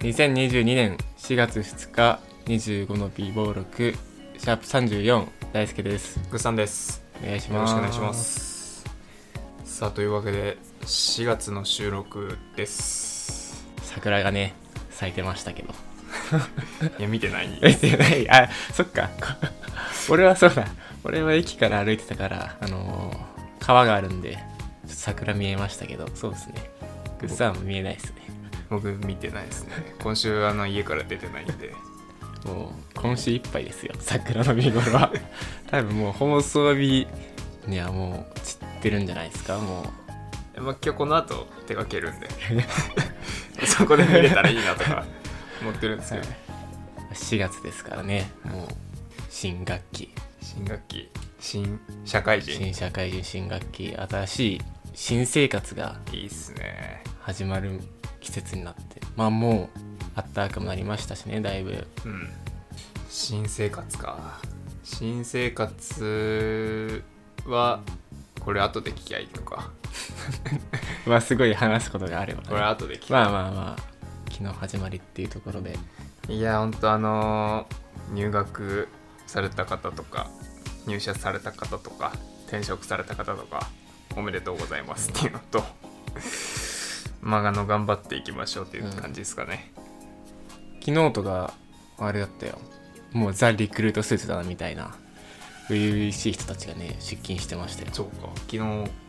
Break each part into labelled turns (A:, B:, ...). A: 2022年4月2日25の B 暴録シャープ34大輔です
B: グッさんです
A: お願いし
B: よ
A: ま
B: ろ
A: す
B: しくお願いしますさあというわけで4月の収録です
A: 桜がね咲いてましたけど
B: いや見てない
A: えて ないあそっか こ俺はそうだ俺は駅から歩いてたからあのー川があるんでちょっと桜見えましたけどそうですねグッサンも見えないですね
B: 僕見てないですね今週あの家から出てないんで
A: もう今週いっぱいですよ桜の見頃は 多分もう放送日にはもう散ってるんじゃないですかもう
B: えまあ、今日この後手掛けるんでそこで見れたらいいな とか思ってるんですけど、
A: はい4月ですからねもう新学期
B: 新学期新社会人
A: 新社会人新学期新しい新生活が
B: いいっすね
A: 始まる季節になってまあもうあったかくもなりましたしねだいぶ
B: うん新生活か新生活はこれ後で聞きゃいいのか
A: まあすごい話すことがあればね、
B: これ後で聞き、
A: まあまあまあ昨日始まりっていうところで
B: いやほんとあのー入学された方とか入社された方とか転職された方とかおめでとうございますっていうのとまああの頑張っていきましょうっていう感じですかね、
A: 昨日とかあれだったよもうザ・リクルートスーツだなみたいな初々しい人たちがね出勤してましたよ
B: そうか昨日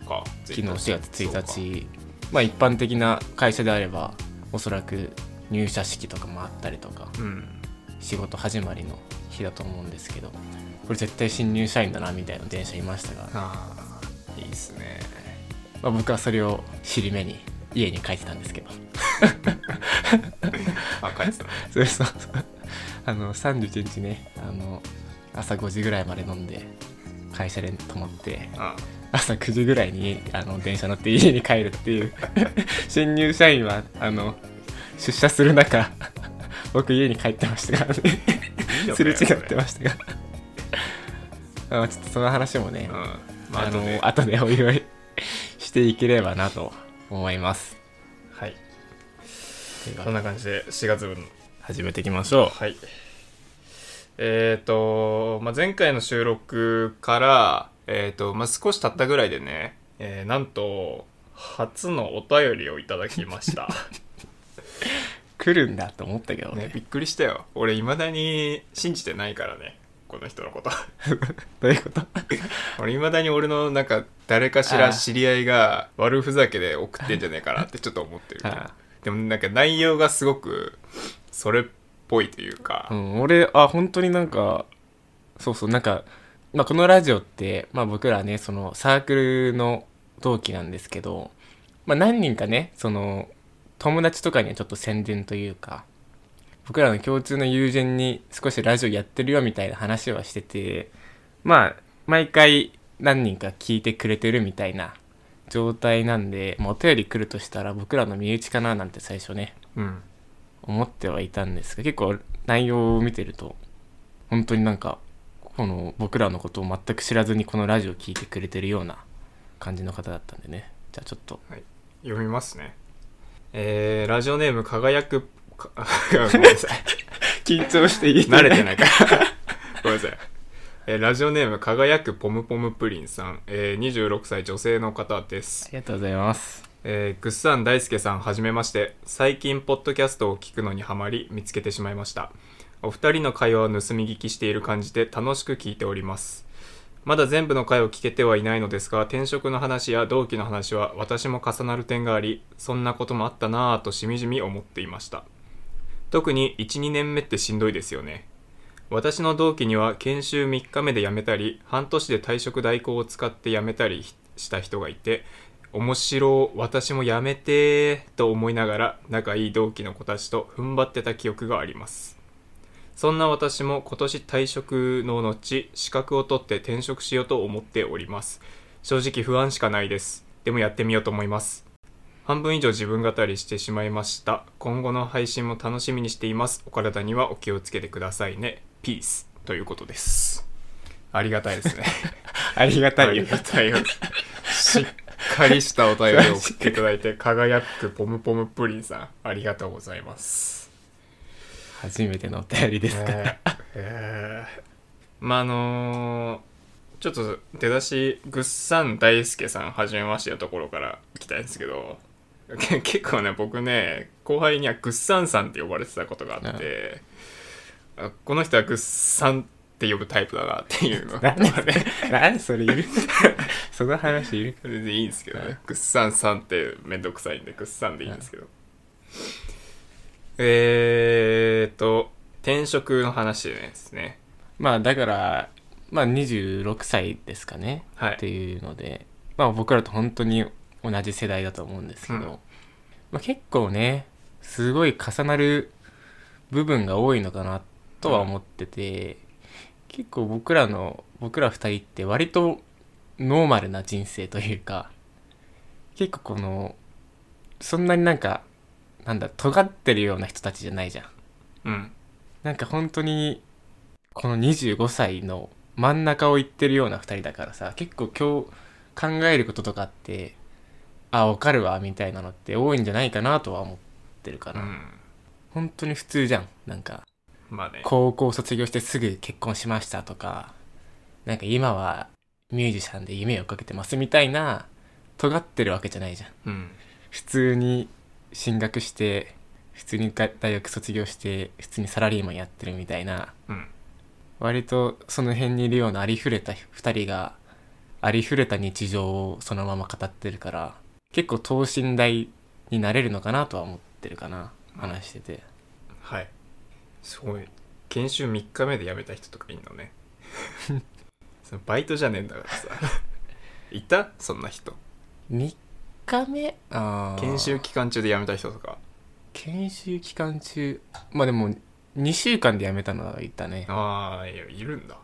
B: か
A: 昨日4月
B: そうか
A: 1日まあ一般的な会社であればおそらく入社式とかもあったりとか
B: うん
A: 仕事始まりの日だと思うんですけどこれ絶対新入社員だなみたいな電車いましたが、
B: ああいいっすね
A: まあ、僕はそれを尻目に家に帰ってたんですけど
B: あ帰ってたね
A: そうそうそうあの31日ねあの朝5時ぐらいまで飲んで会社で泊まって
B: あ
A: 朝9時ぐらいにあの電車乗って家に帰るっていう 新入社員はあの出社する中 僕家に帰ってましたからね
B: いいの
A: す
B: か
A: れ
B: よ
A: 違ってましたがあちょっとその話もね、
B: それうんまあ
A: あ
B: 後で
A: の後でお祝い していければなと思います
B: はい
A: というわけ
B: そん
A: で
B: な感じで4月分
A: 始めていきましょ
B: はい。えっ、と、まあ、前回の収録から、えっ、と、まあ、少し経ったぐらいでね、えーなんと、初のお便りをいただきました。
A: う来るんだと思ったけどね
B: ね、びっくりしたよ。俺、未だに信じてないからね、この人のこと。
A: どういうこと
B: 俺、未だに俺の、なんか、誰かし
A: あ
B: ら
A: あ
B: 知り合いが悪ふざけで送ってんじゃねえかな ってちょっと思ってるけど
A: ああ。
B: でも、なんか、内容がすごく、それっぽいというか、
A: うん、俺あ本当になんかそうそうなんか、まあ、このラジオって、まあ、僕らねそのサークルの同期なんですけど、まあ、何人かねその友達とかにはちょっと宣伝というか僕らの共通の友人に少しラジオやってるよみたいな話はしててまあ毎回何人か聞いてくれてるみたいな状態なんで、まあ、お便り来るとしたら僕らの身内かななんて最初ね
B: うん。
A: 思ってはいたんですが結構内容を見てると本当になんかこの僕らのことを全く知らずにこのラジオを聞いてくれてるような感じの方だったんでねじゃあちょっと
B: 読みますねえー、ラジオネーム輝くか ごめんなさい
A: 緊張していい
B: 慣れてないから ごめんなさい、えーラジオネーム輝くポムポムプリンさん、えー、26歳女性の方です
A: ありがとうございます
B: えーぐっさん大輔さんはじめまして最近ポッドキャストを聞くのにハマり見つけてしまいましたお二人の会話を盗み聞きしている感じで楽しく聞いておりますまだ全部の回を聞けてはいないのですが転職の話や同期の話は私も重なる点がありそんなこともあったなぁとしみじみ思っていました特に12年目ってしんどいですよね私の同期には研修3日目で辞めたり半年で退職代行を使って辞めたりした人がいて面白私もやめてーと思いながら仲いい同期の子たちと踏ん張ってた記憶がありますそんな私も今年退職の後資格を取って転職しようと思っております正直不安しかないですでもやってみようと思います半分以上自分語りしてしまいました今後の配信も楽しみにしていますお体にはお気をつけてくださいねピースということですありがたいですね
A: ありが
B: ありがたいよ。しっかりしたお便りを送っていただいて、輝くポムポムプリンさん、ありがとうございます。
A: 初めてのお便りですから、
B: ねええまああのーちょっと出だしぐっさん大輔さんはじめましてのところから来たいんですけどけ結構ね僕ね後輩にはぐっさんさんって呼ばれてたことがあって、あこの人はぐっさんって呼ぶタイプだなっていうのが
A: 何それ何それいる その話いる
B: 全然いいんですけど
A: はい
B: ね。ぐっさんさんってめんどくさいんで、ぐっさんでいいんですけど。えーっと、転職の話ですね。
A: まあだから、まあ、26歳ですかね、
B: は
A: って
B: い。
A: いうので、まあ、僕らと本当に同じ世代だと思うんですけど、
B: うん
A: まあ、結構ねすごい重なる部分が多いのかなとは思ってて、結構僕らの僕ら2人って割とノーマルな人生というか結構このそんなになんかなんだ尖ってるような人たちじゃないじゃん。
B: うん。
A: なんか本当にこの25歳の真ん中を行ってるような2人だからさ結構今日考えることとかってあわかるわみたいなのって多いんじゃないかなとは思ってるか
B: う
A: な、
B: ん。
A: 本当に普通じゃんなんか
B: まあね。
A: 高校卒業してすぐ結婚しましたとかなんか今はミュージシャンで夢を追っかけてますみたいな尖ってるわけじゃないじゃん
B: うん。
A: 普通に進学して普通に大学卒業して普通にサラリーマンやってるみたいな
B: うん。
A: 割とその辺にいるようなありふれた2人がありふれた日常をそのまま語ってるから結構等身大になれるのかなとは思ってるかな話してて
B: はい。すごい。研修3日目で辞めた人とかいんのね。 そのバイトじゃねえんだからさ。いたそんな人。
A: 3日目あー
B: 研修期間中で辞めた人とか。
A: 研修期間中まあでも2週間で辞めたのはいたね
B: ああ、いやいるんだ。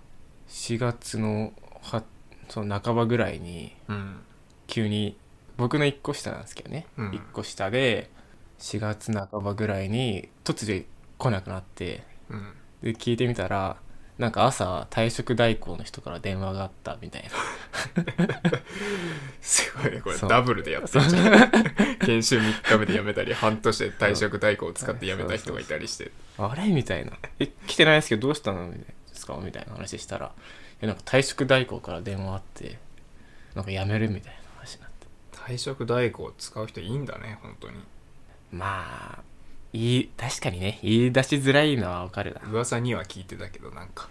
A: 4月のはその半ばぐらいに
B: うん。
A: 急に僕の1個下なんですけどね、
B: うん
A: 1個下で4月半ばぐらいに突如来なくなって
B: うん。
A: で聞いてみたらなんか朝退職代行の人から電話があったみ たい
B: すごいねこれ
A: そう
B: ダブルでやってるじゃん 研修3日目で辞めたり半年で退職代行を使って辞めた人がいたりして
A: なあれみたいな「え来てないですけどどうしたの?」みたいなですかみたいな話したらいやなんか退職代行から電話あってなんか辞めるみたいな話になって
B: 退職代行を使う人いいんだね本当に
A: まあ言い確かにね言い出しづらいのはわかるな
B: 噂には聞いてたけどなんか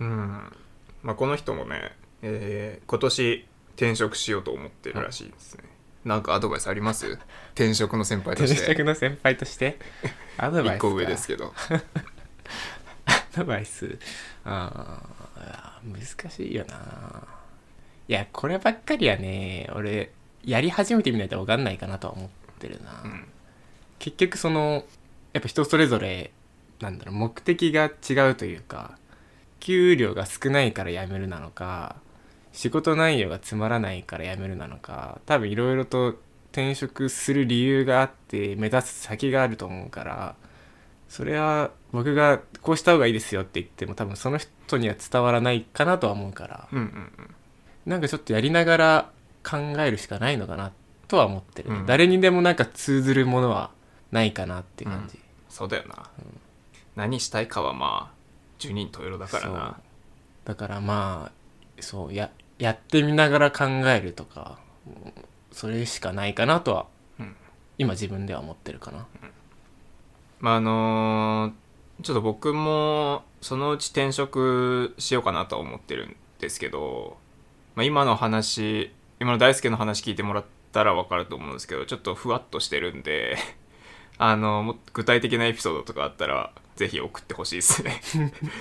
B: うんまあこの人もね、えー今年転職しようと思ってるらしいですね、なんかアドバイスあり ます転職の先輩と
A: 転
B: して
A: 職の先輩としてアドバイスか
B: 1個上ですけど
A: アドバイスあー難しいよないやこればっかりはね俺やり始めてみないと分かんないかなとは思ってるな、
B: うん
A: 結局そのやっぱ人それぞれなんだろう目的が違うというか給料が少ないから辞めるなのか仕事内容がつまらないから辞めるなのか多分いろいろと転職する理由があって目指す先があると思うからそれは僕がこうした方がいいですよって言っても多分その人には伝わらないかなとは思うから
B: うんうんうん
A: なんかちょっとやりながら考えるしかないのかなとは思ってるね、
B: うん
A: 誰にでもなんか通ずるものはないかなって感じ、
B: そうだよな、何したいかはまあ十人十色だから
A: そう
B: な
A: だからまあそうややってみながら考えるとかうんそれしかないかなとは、
B: うん
A: 今自分では思ってるかな、
B: まああのーちょっと僕もそのうち転職しようかなとは思ってるんですけど、まあ、今の話今の大輔の話聞いてもらったら分かると思うんですけどちょっとふわっとしてるんで あのもっと具体的なエピソードとかあったらぜひ送ってほしいですね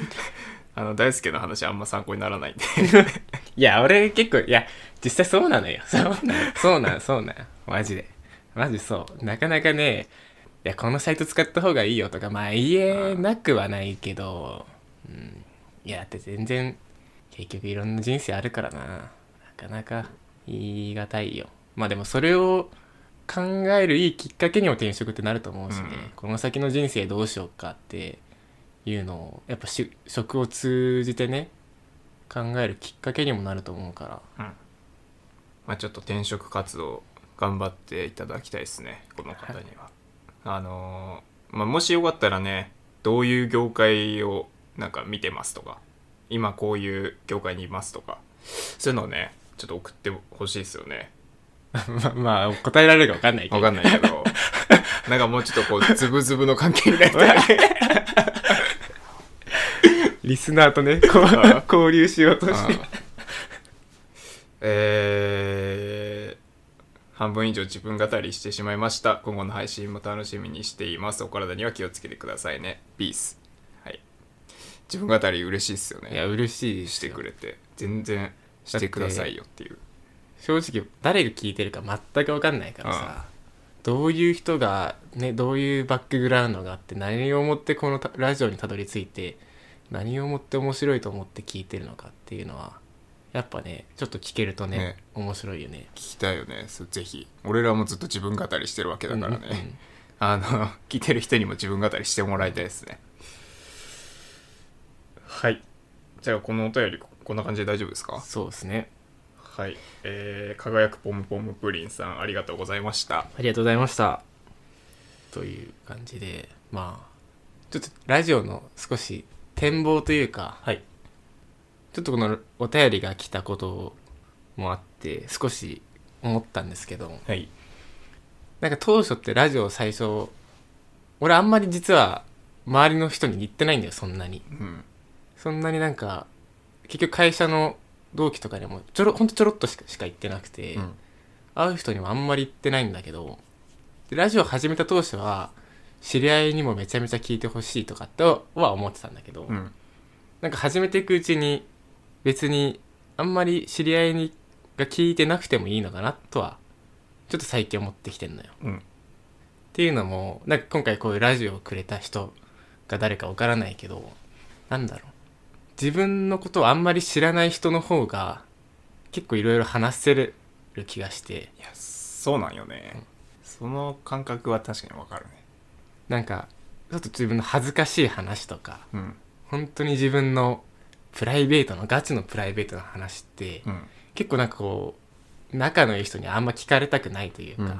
B: あの大輔の話あんま参考にならないんで
A: いや俺結構いや実際そうなのよそうなのそうなのそうなのマジでマジそうなかなかねいやこのサイト使った方がいいよとかまあ言えなくはないけど、うん、いやだって全然結局いろんな人生あるからななかなか言い難いよまあでもそれを考えるいいきっかけにも転職ってなると思うしね、
B: うん
A: この先の人生どうしようかっていうのをやっぱし職を通じてね考えるきっかけにもなると思うから
B: まあちょっと転職活動頑張っていただきたいですねこの方にはあのーまあ、もしよかったらねどういう業界をなんか見てますとか今こういう業界にいますとかそういうのをねちょっと送ってほしいですよね
A: ままあ、答えられるか分かんないけど。
B: わかんないけどなんかもうちょっとこうズブズブの関係になりたい
A: リスナーとね、こう
B: あ
A: 交流しようとして。
B: えー半分以上自分語りしてしまいました今後の配信も楽しみにしていますお体には気をつけてくださいねピースはい自分語り嬉しいっすよ
A: い
B: ね
A: や、嬉しいです
B: して
A: よ
B: くれて全然してくださいよっていう
A: 正直、誰が聞いてるか全く分かんないからさ。どういう人が、ね、どういうバックグラウンドがあって、何をもってこのたラジオにたどり着いて、何をもって面白いと思って聞いてるのかっていうのは、やっぱね、ちょっと聞けるとね、
B: ね
A: 面白いよね。
B: 聞きたいよねそうぜひ俺らもずっと自分語りしてるわけだからね、
A: うんうんうん
B: あの 聞いてる人にも自分語りしてもらいたいですねはいじゃあこのお便りこんな感じで大丈夫ですか
A: そうですね。
B: はい、えー、輝くポムポムプリンさんありがとうございました
A: ありがとうございました。という感じで、まあ、ちょっとラジオの少し展望というか、
B: はい
A: ちょっとこのお便りが来たこともあって、少し思ったんですけど、
B: はい
A: なんか当初ってラジオ最初、俺あんまり実は周りの人に言ってないんだよ、そんなに。
B: うん
A: そんなになんか、結局会社の同期とかでもちょろ、ほんとちょろっとしかしか言ってなくて、
B: うん
A: 会う人にもあんまり言ってないんだけどでラジオ始めた当初は知り合いにもめちゃめちゃ聞いてほしいとかっては思ってたんだけど、
B: うん
A: なんか始めていくうちに別にあんまり知り合いにが聞いてなくてもいいのかなとはちょっと最近思ってきてんのよ。
B: うん
A: っていうのもなんか今回こういうラジオをくれた人が誰かわからないけどなんだろう自分のことをあんまり知らない人の方が結構いろいろ話せる気がして
B: いやそうなんよね、その感覚は確かにわかるね
A: なんかちょっと自分の恥ずかしい話とか
B: うん
A: 本当に自分のプライベートのガチのプライベートの話って、
B: うん
A: 結構なんかこう仲のいい人にあんま聞かれたくないというか、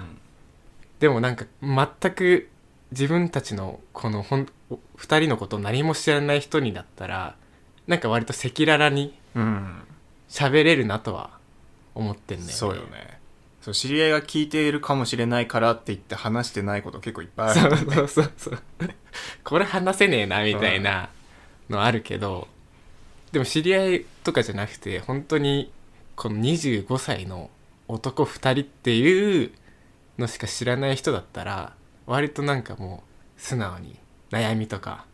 A: でもなんか全く自分たちのこのほんお二人のことを何も知らない人にだったらなんか割と赤裸々に
B: うん、
A: 喋れるなとは思ってんだよね
B: そうよねそう知り合いが聞いているかもしれないからって言って話してないこと結構いっぱいある
A: そうそうそうそう。これ話せねえな、みたいなのあるけど、でも知り合いとかじゃなくて、本当に、この25歳の男2人っていうのしか知らない人だったら、割となんかもう、素直に悩みとか、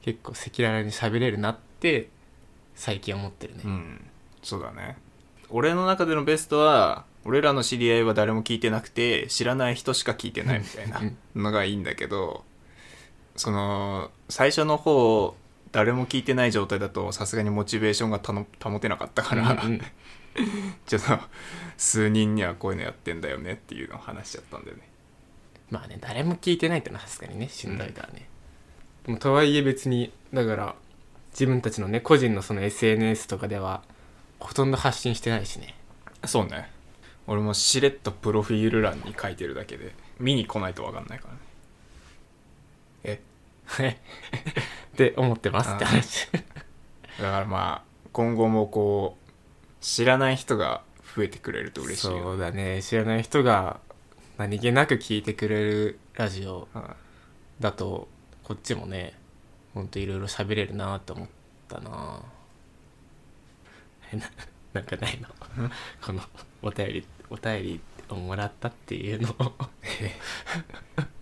A: 結構赤裸々に喋れるなって、最近思ってるね。
B: うんそうだね俺の中でのベストは俺らの知り合いは誰も聞いてなくて知らない人しか聞いてないみたいな
A: うん
B: のがいいんだけどその最初の方誰も聞いてない状態だとさすがにモチベーションがたの保てなかったから、
A: うんうん
B: ちょっと数人にはこういうのやってんだよねっていうのを話しちゃったんだよね
A: まあね誰も聞いてないってのは確かにねしんどいからね、でもとはいえ別にだから自分たちのね個人のその SNS とかではほとんど発信してないし ね
B: そうね俺もしれっとプロフィール欄に書いてるだけで見に来ないと分かんないからねえ
A: って思ってますって話
B: だからまあ今後もこう知らない人が増えてくれると嬉しいよ
A: そうだね知らない人が何気なく聞いてくれるラジオ
B: うん
A: だとこっちもねほんといろいろ喋れるなと思ったな えななんか ないのこのお便りお便りをもらったっていうのを
B: い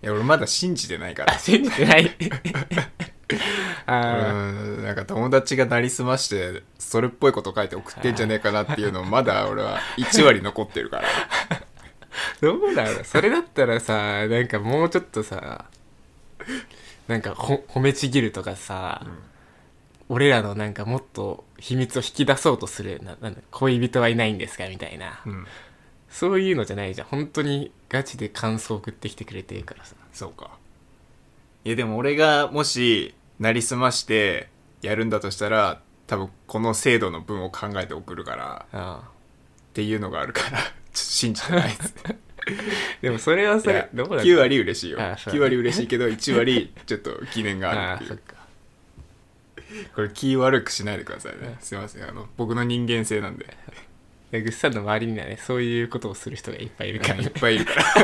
B: や俺まだ信じてない か
A: あ
B: ら
A: 信じてない
B: う
A: あ
B: んなんか友達がなりすましてそれっぽいこと書いて送ってんじゃねえかなっていうのま だ俺は1割残ってるから
A: どうだろうそれだったらさなんかもうちょっとさなんかほ褒めちぎるとかさ、
B: うん
A: 俺らのなんかもっと秘密を引き出そうとするななんだ恋人はいないんですかみたいな、
B: うん
A: そういうのじゃないじゃん本当にガチで感想送ってきてくれてるからさ
B: そうかいやでも俺がもしなりすましてやるんだとしたら多分この制度の分を考えて送るから
A: あ
B: っていうのがあるからちょっと信じてないです
A: でもそれはそ
B: いや
A: れどこだっけ
B: 9割嬉しいよ
A: あそう
B: 9割嬉しいけど1割ちょっと疑念があ
A: あ
B: る
A: あ
B: って
A: そ
B: い
A: っ
B: う
A: か
B: これ気悪くしないでくださいねすいませんあの僕の人間性なんで
A: でぐっさんの周りにはねそういうことをする人がいっぱいいるから
B: いっ
A: ね
B: ぱいいるから、う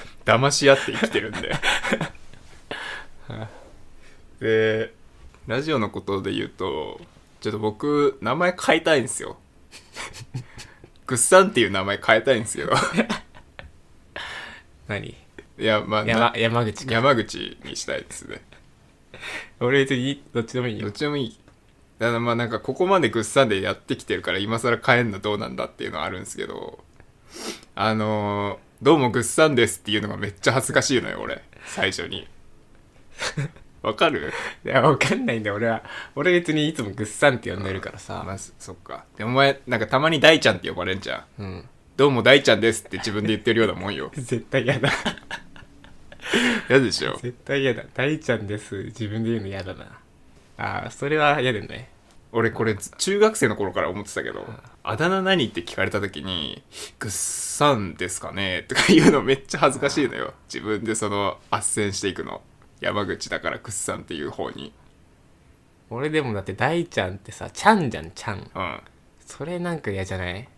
B: ん騙し合って生きてるんででラジオのことで言うとちょっと僕名前変えたいんで すよぐっさんっていう名前変えたいんですよ
A: 何
B: いやまあな
A: 山山口か
B: 山口にしたいですね
A: 俺別にどっちでもいい
B: どっ
A: よ
B: ちでもいいただまあなんかここまでぐっさんでやってきてるから今更変えんのどうなんだっていうのはあるんですけどあのーどうもぐっさんです」っていうのがめっちゃ恥ずかしいのよ俺最初にわかる
A: いやわかんないんだよ俺は俺別にいつもぐっさんって呼んでるからさ、
B: まずそっかでお前なんかたまに大ちゃんって呼ばれんじゃん
A: うん
B: どうも大ちゃんですって自分で言ってるようなもんよ
A: 絶対嫌だ
B: 嫌でしょ
A: 絶対嫌だ大ちゃんです自分で言うの嫌だなああそれは嫌だね
B: 俺これ中学生の頃から思ってたけどあだ名何って聞かれた時に「ぐっさんですかね?」とか言うのめっちゃ恥ずかしいのよ自分でその斡旋していくの山口だからぐっさんっていう方に
A: 俺でもだって大ちゃんってさちゃんじゃんちゃん
B: うん
A: それなんか嫌じゃない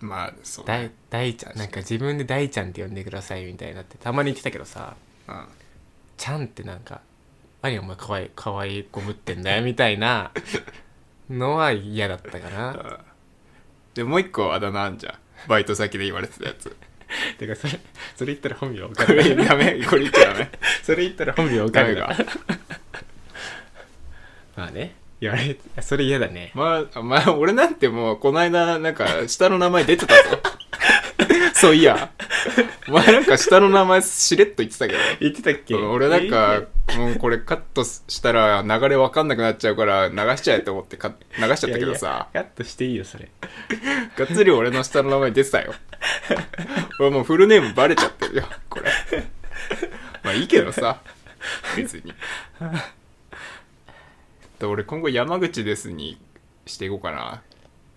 B: まあそうだ
A: 大大ちゃ
B: 確かに
A: んなんか自分で大ちゃんって呼んでくださいみたいなってたまに言ってたけどさ
B: うん
A: ちゃんってなんか何お前かわいかわいい子ぶってんだよみたいなのは嫌だったか な
B: でもう一個あだ名あんじゃんバイト先で言われてたやつ
A: てかそれそれ言ったら本名わ
B: こ れダメこれ言っちゃダメ
A: それ言ったら本名わ
B: ダメか
A: まあね言われそれ嫌だね
B: まあ、まあ、俺なんてもう、この間、なんか、下の名前出てたぞ。そういや。お前なんか下の名前しれっと 言ってたけど。
A: 言ってたっけ
B: 俺なんか、もうこれカットしたら流れわかんなくなっちゃうから流しちゃえと思ってカ流しちゃったけどさ、
A: カットしていいよそれ
B: がっつり俺の下の名前出てたよ。俺もうフルネームバレちゃってるよ、これ。まあいいけどさ、別に。で俺今後山口ですにしていこうかな。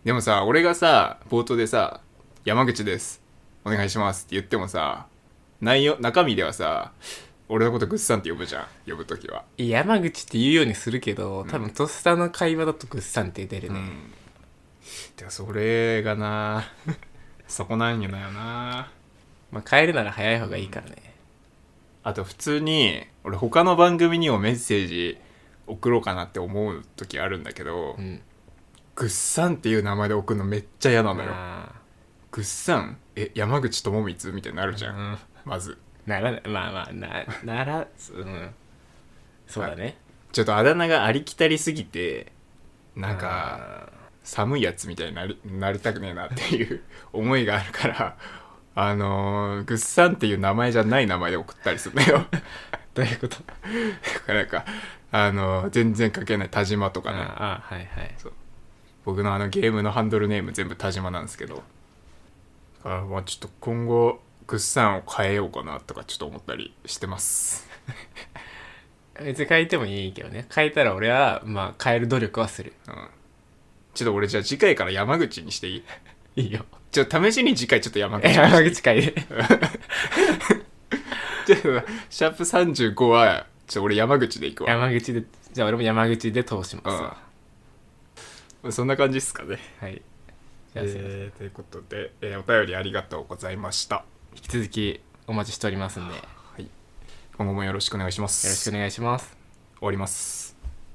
B: でもさ、俺がさ、冒頭でさ、山口です。お願いしますって言ってもさ、内容、中身ではさ、俺のことグッさんって呼ぶじゃん、呼ぶときは。
A: 山口って言うようにするけど多分とっさの会話だとグッサンって出る
B: う
A: ね、
B: ん。でもそれがな、そこなんよなよな。
A: まあ帰るなら早い方がいいからね、
B: あと普通に俺他の番組にもメッセージ送ろうかなって思う時あるんだけど、
A: うん
B: ぐっさんっていう名前で送るのめっちゃ嫌なのよ
A: あ
B: ぐっさんえ山口智光みたいになるじ
A: ー
B: ゃん、
A: うん
B: まず
A: ならないまあまあなならうんそうだね
B: ちょっとあだ名がありきたりすぎてなんか
A: あ
B: 寒いやつみたいになりなりたくねえなっていう 思いがあるからあのー、ぐっさんっていう名前じゃない名前で送ったりするのよ
A: ー どういうこと
B: なんかあのー全然書けない田島と
A: あ
B: かね、
A: あーはいはい
B: 僕のあのゲームのハンドルネーム全部田島なんですけどだからまあちょっと今後グッサンを変えようかなとかちょっと思ったりしてます
A: 別に変えてもいいけどね変えたら俺はまあ変える努力はする
B: ちょっと俺じゃあ次回から山口にしていい
A: いいよ
B: ちょっと試しに次回ちょっと山口にし て
A: 山口変 える
B: ちょっとシャープ35はちょっと俺山口でいくわ、
A: 山口でじゃあ俺も山口で通しますわ、
B: うん、そんな感じっすかね
A: はいじゃあすいません
B: えーということで、えーお便りありがとうございました
A: 引き続きお待ちしておりますんでよ
B: 今後もよろしくお願いします
A: ろしくお願いします
B: 終わります